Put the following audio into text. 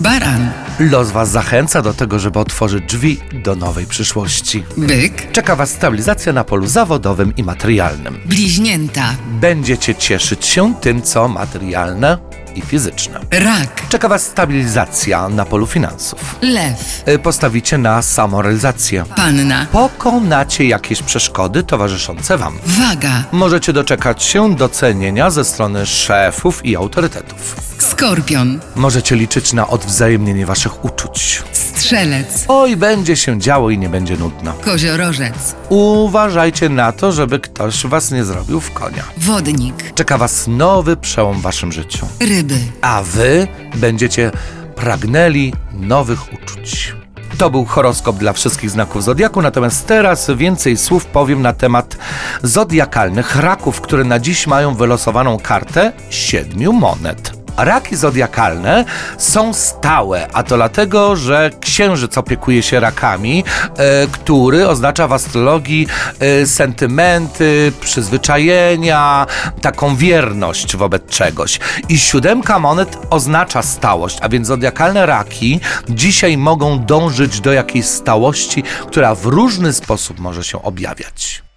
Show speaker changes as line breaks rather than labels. Baran,
Los Was zachęca do tego, żeby otworzyć drzwi do nowej przyszłości.
byk,
Czeka Was stabilizacja na polu zawodowym i materialnym.
bliźnięta,
Będziecie cieszyć się tym, co materialne i fizyczne.
rak,
Czeka Was stabilizacja na polu finansów.
lew,
Y, Postawicie na samorealizację.
panna,
Pokonacie jakieś przeszkody towarzyszące Wam.
waga,
Możecie doczekać się docenienia ze strony szefów i autorytetów.
skorpion,
Możecie liczyć na odwzajemnienie Waszych uczuć.
strzelec,
Oj, będzie się działo i nie będzie nudno.
koziorożec,
Uważajcie na to, żeby ktoś was nie zrobił w konia.
wodnik,
Czeka was nowy przełom w waszym życiu,
ryby.
a wy będziecie pragnęli nowych uczuć. To był horoskop dla wszystkich znaków zodiaku, natomiast teraz więcej słów powiem na temat zodiakalnych raków, które na dziś mają wylosowaną kartę siedmiu monet. Raki zodiakalne są stałe, a to dlatego, że księżyc opiekuje się rakami, e, który oznacza w astrologii e, sentymenty, przyzwyczajenia, taką wierność wobec czegoś. I siódemka monet oznacza stałość, a więc zodiakalne raki dzisiaj mogą dążyć do jakiejś stałości, która w różny sposób może się objawiać.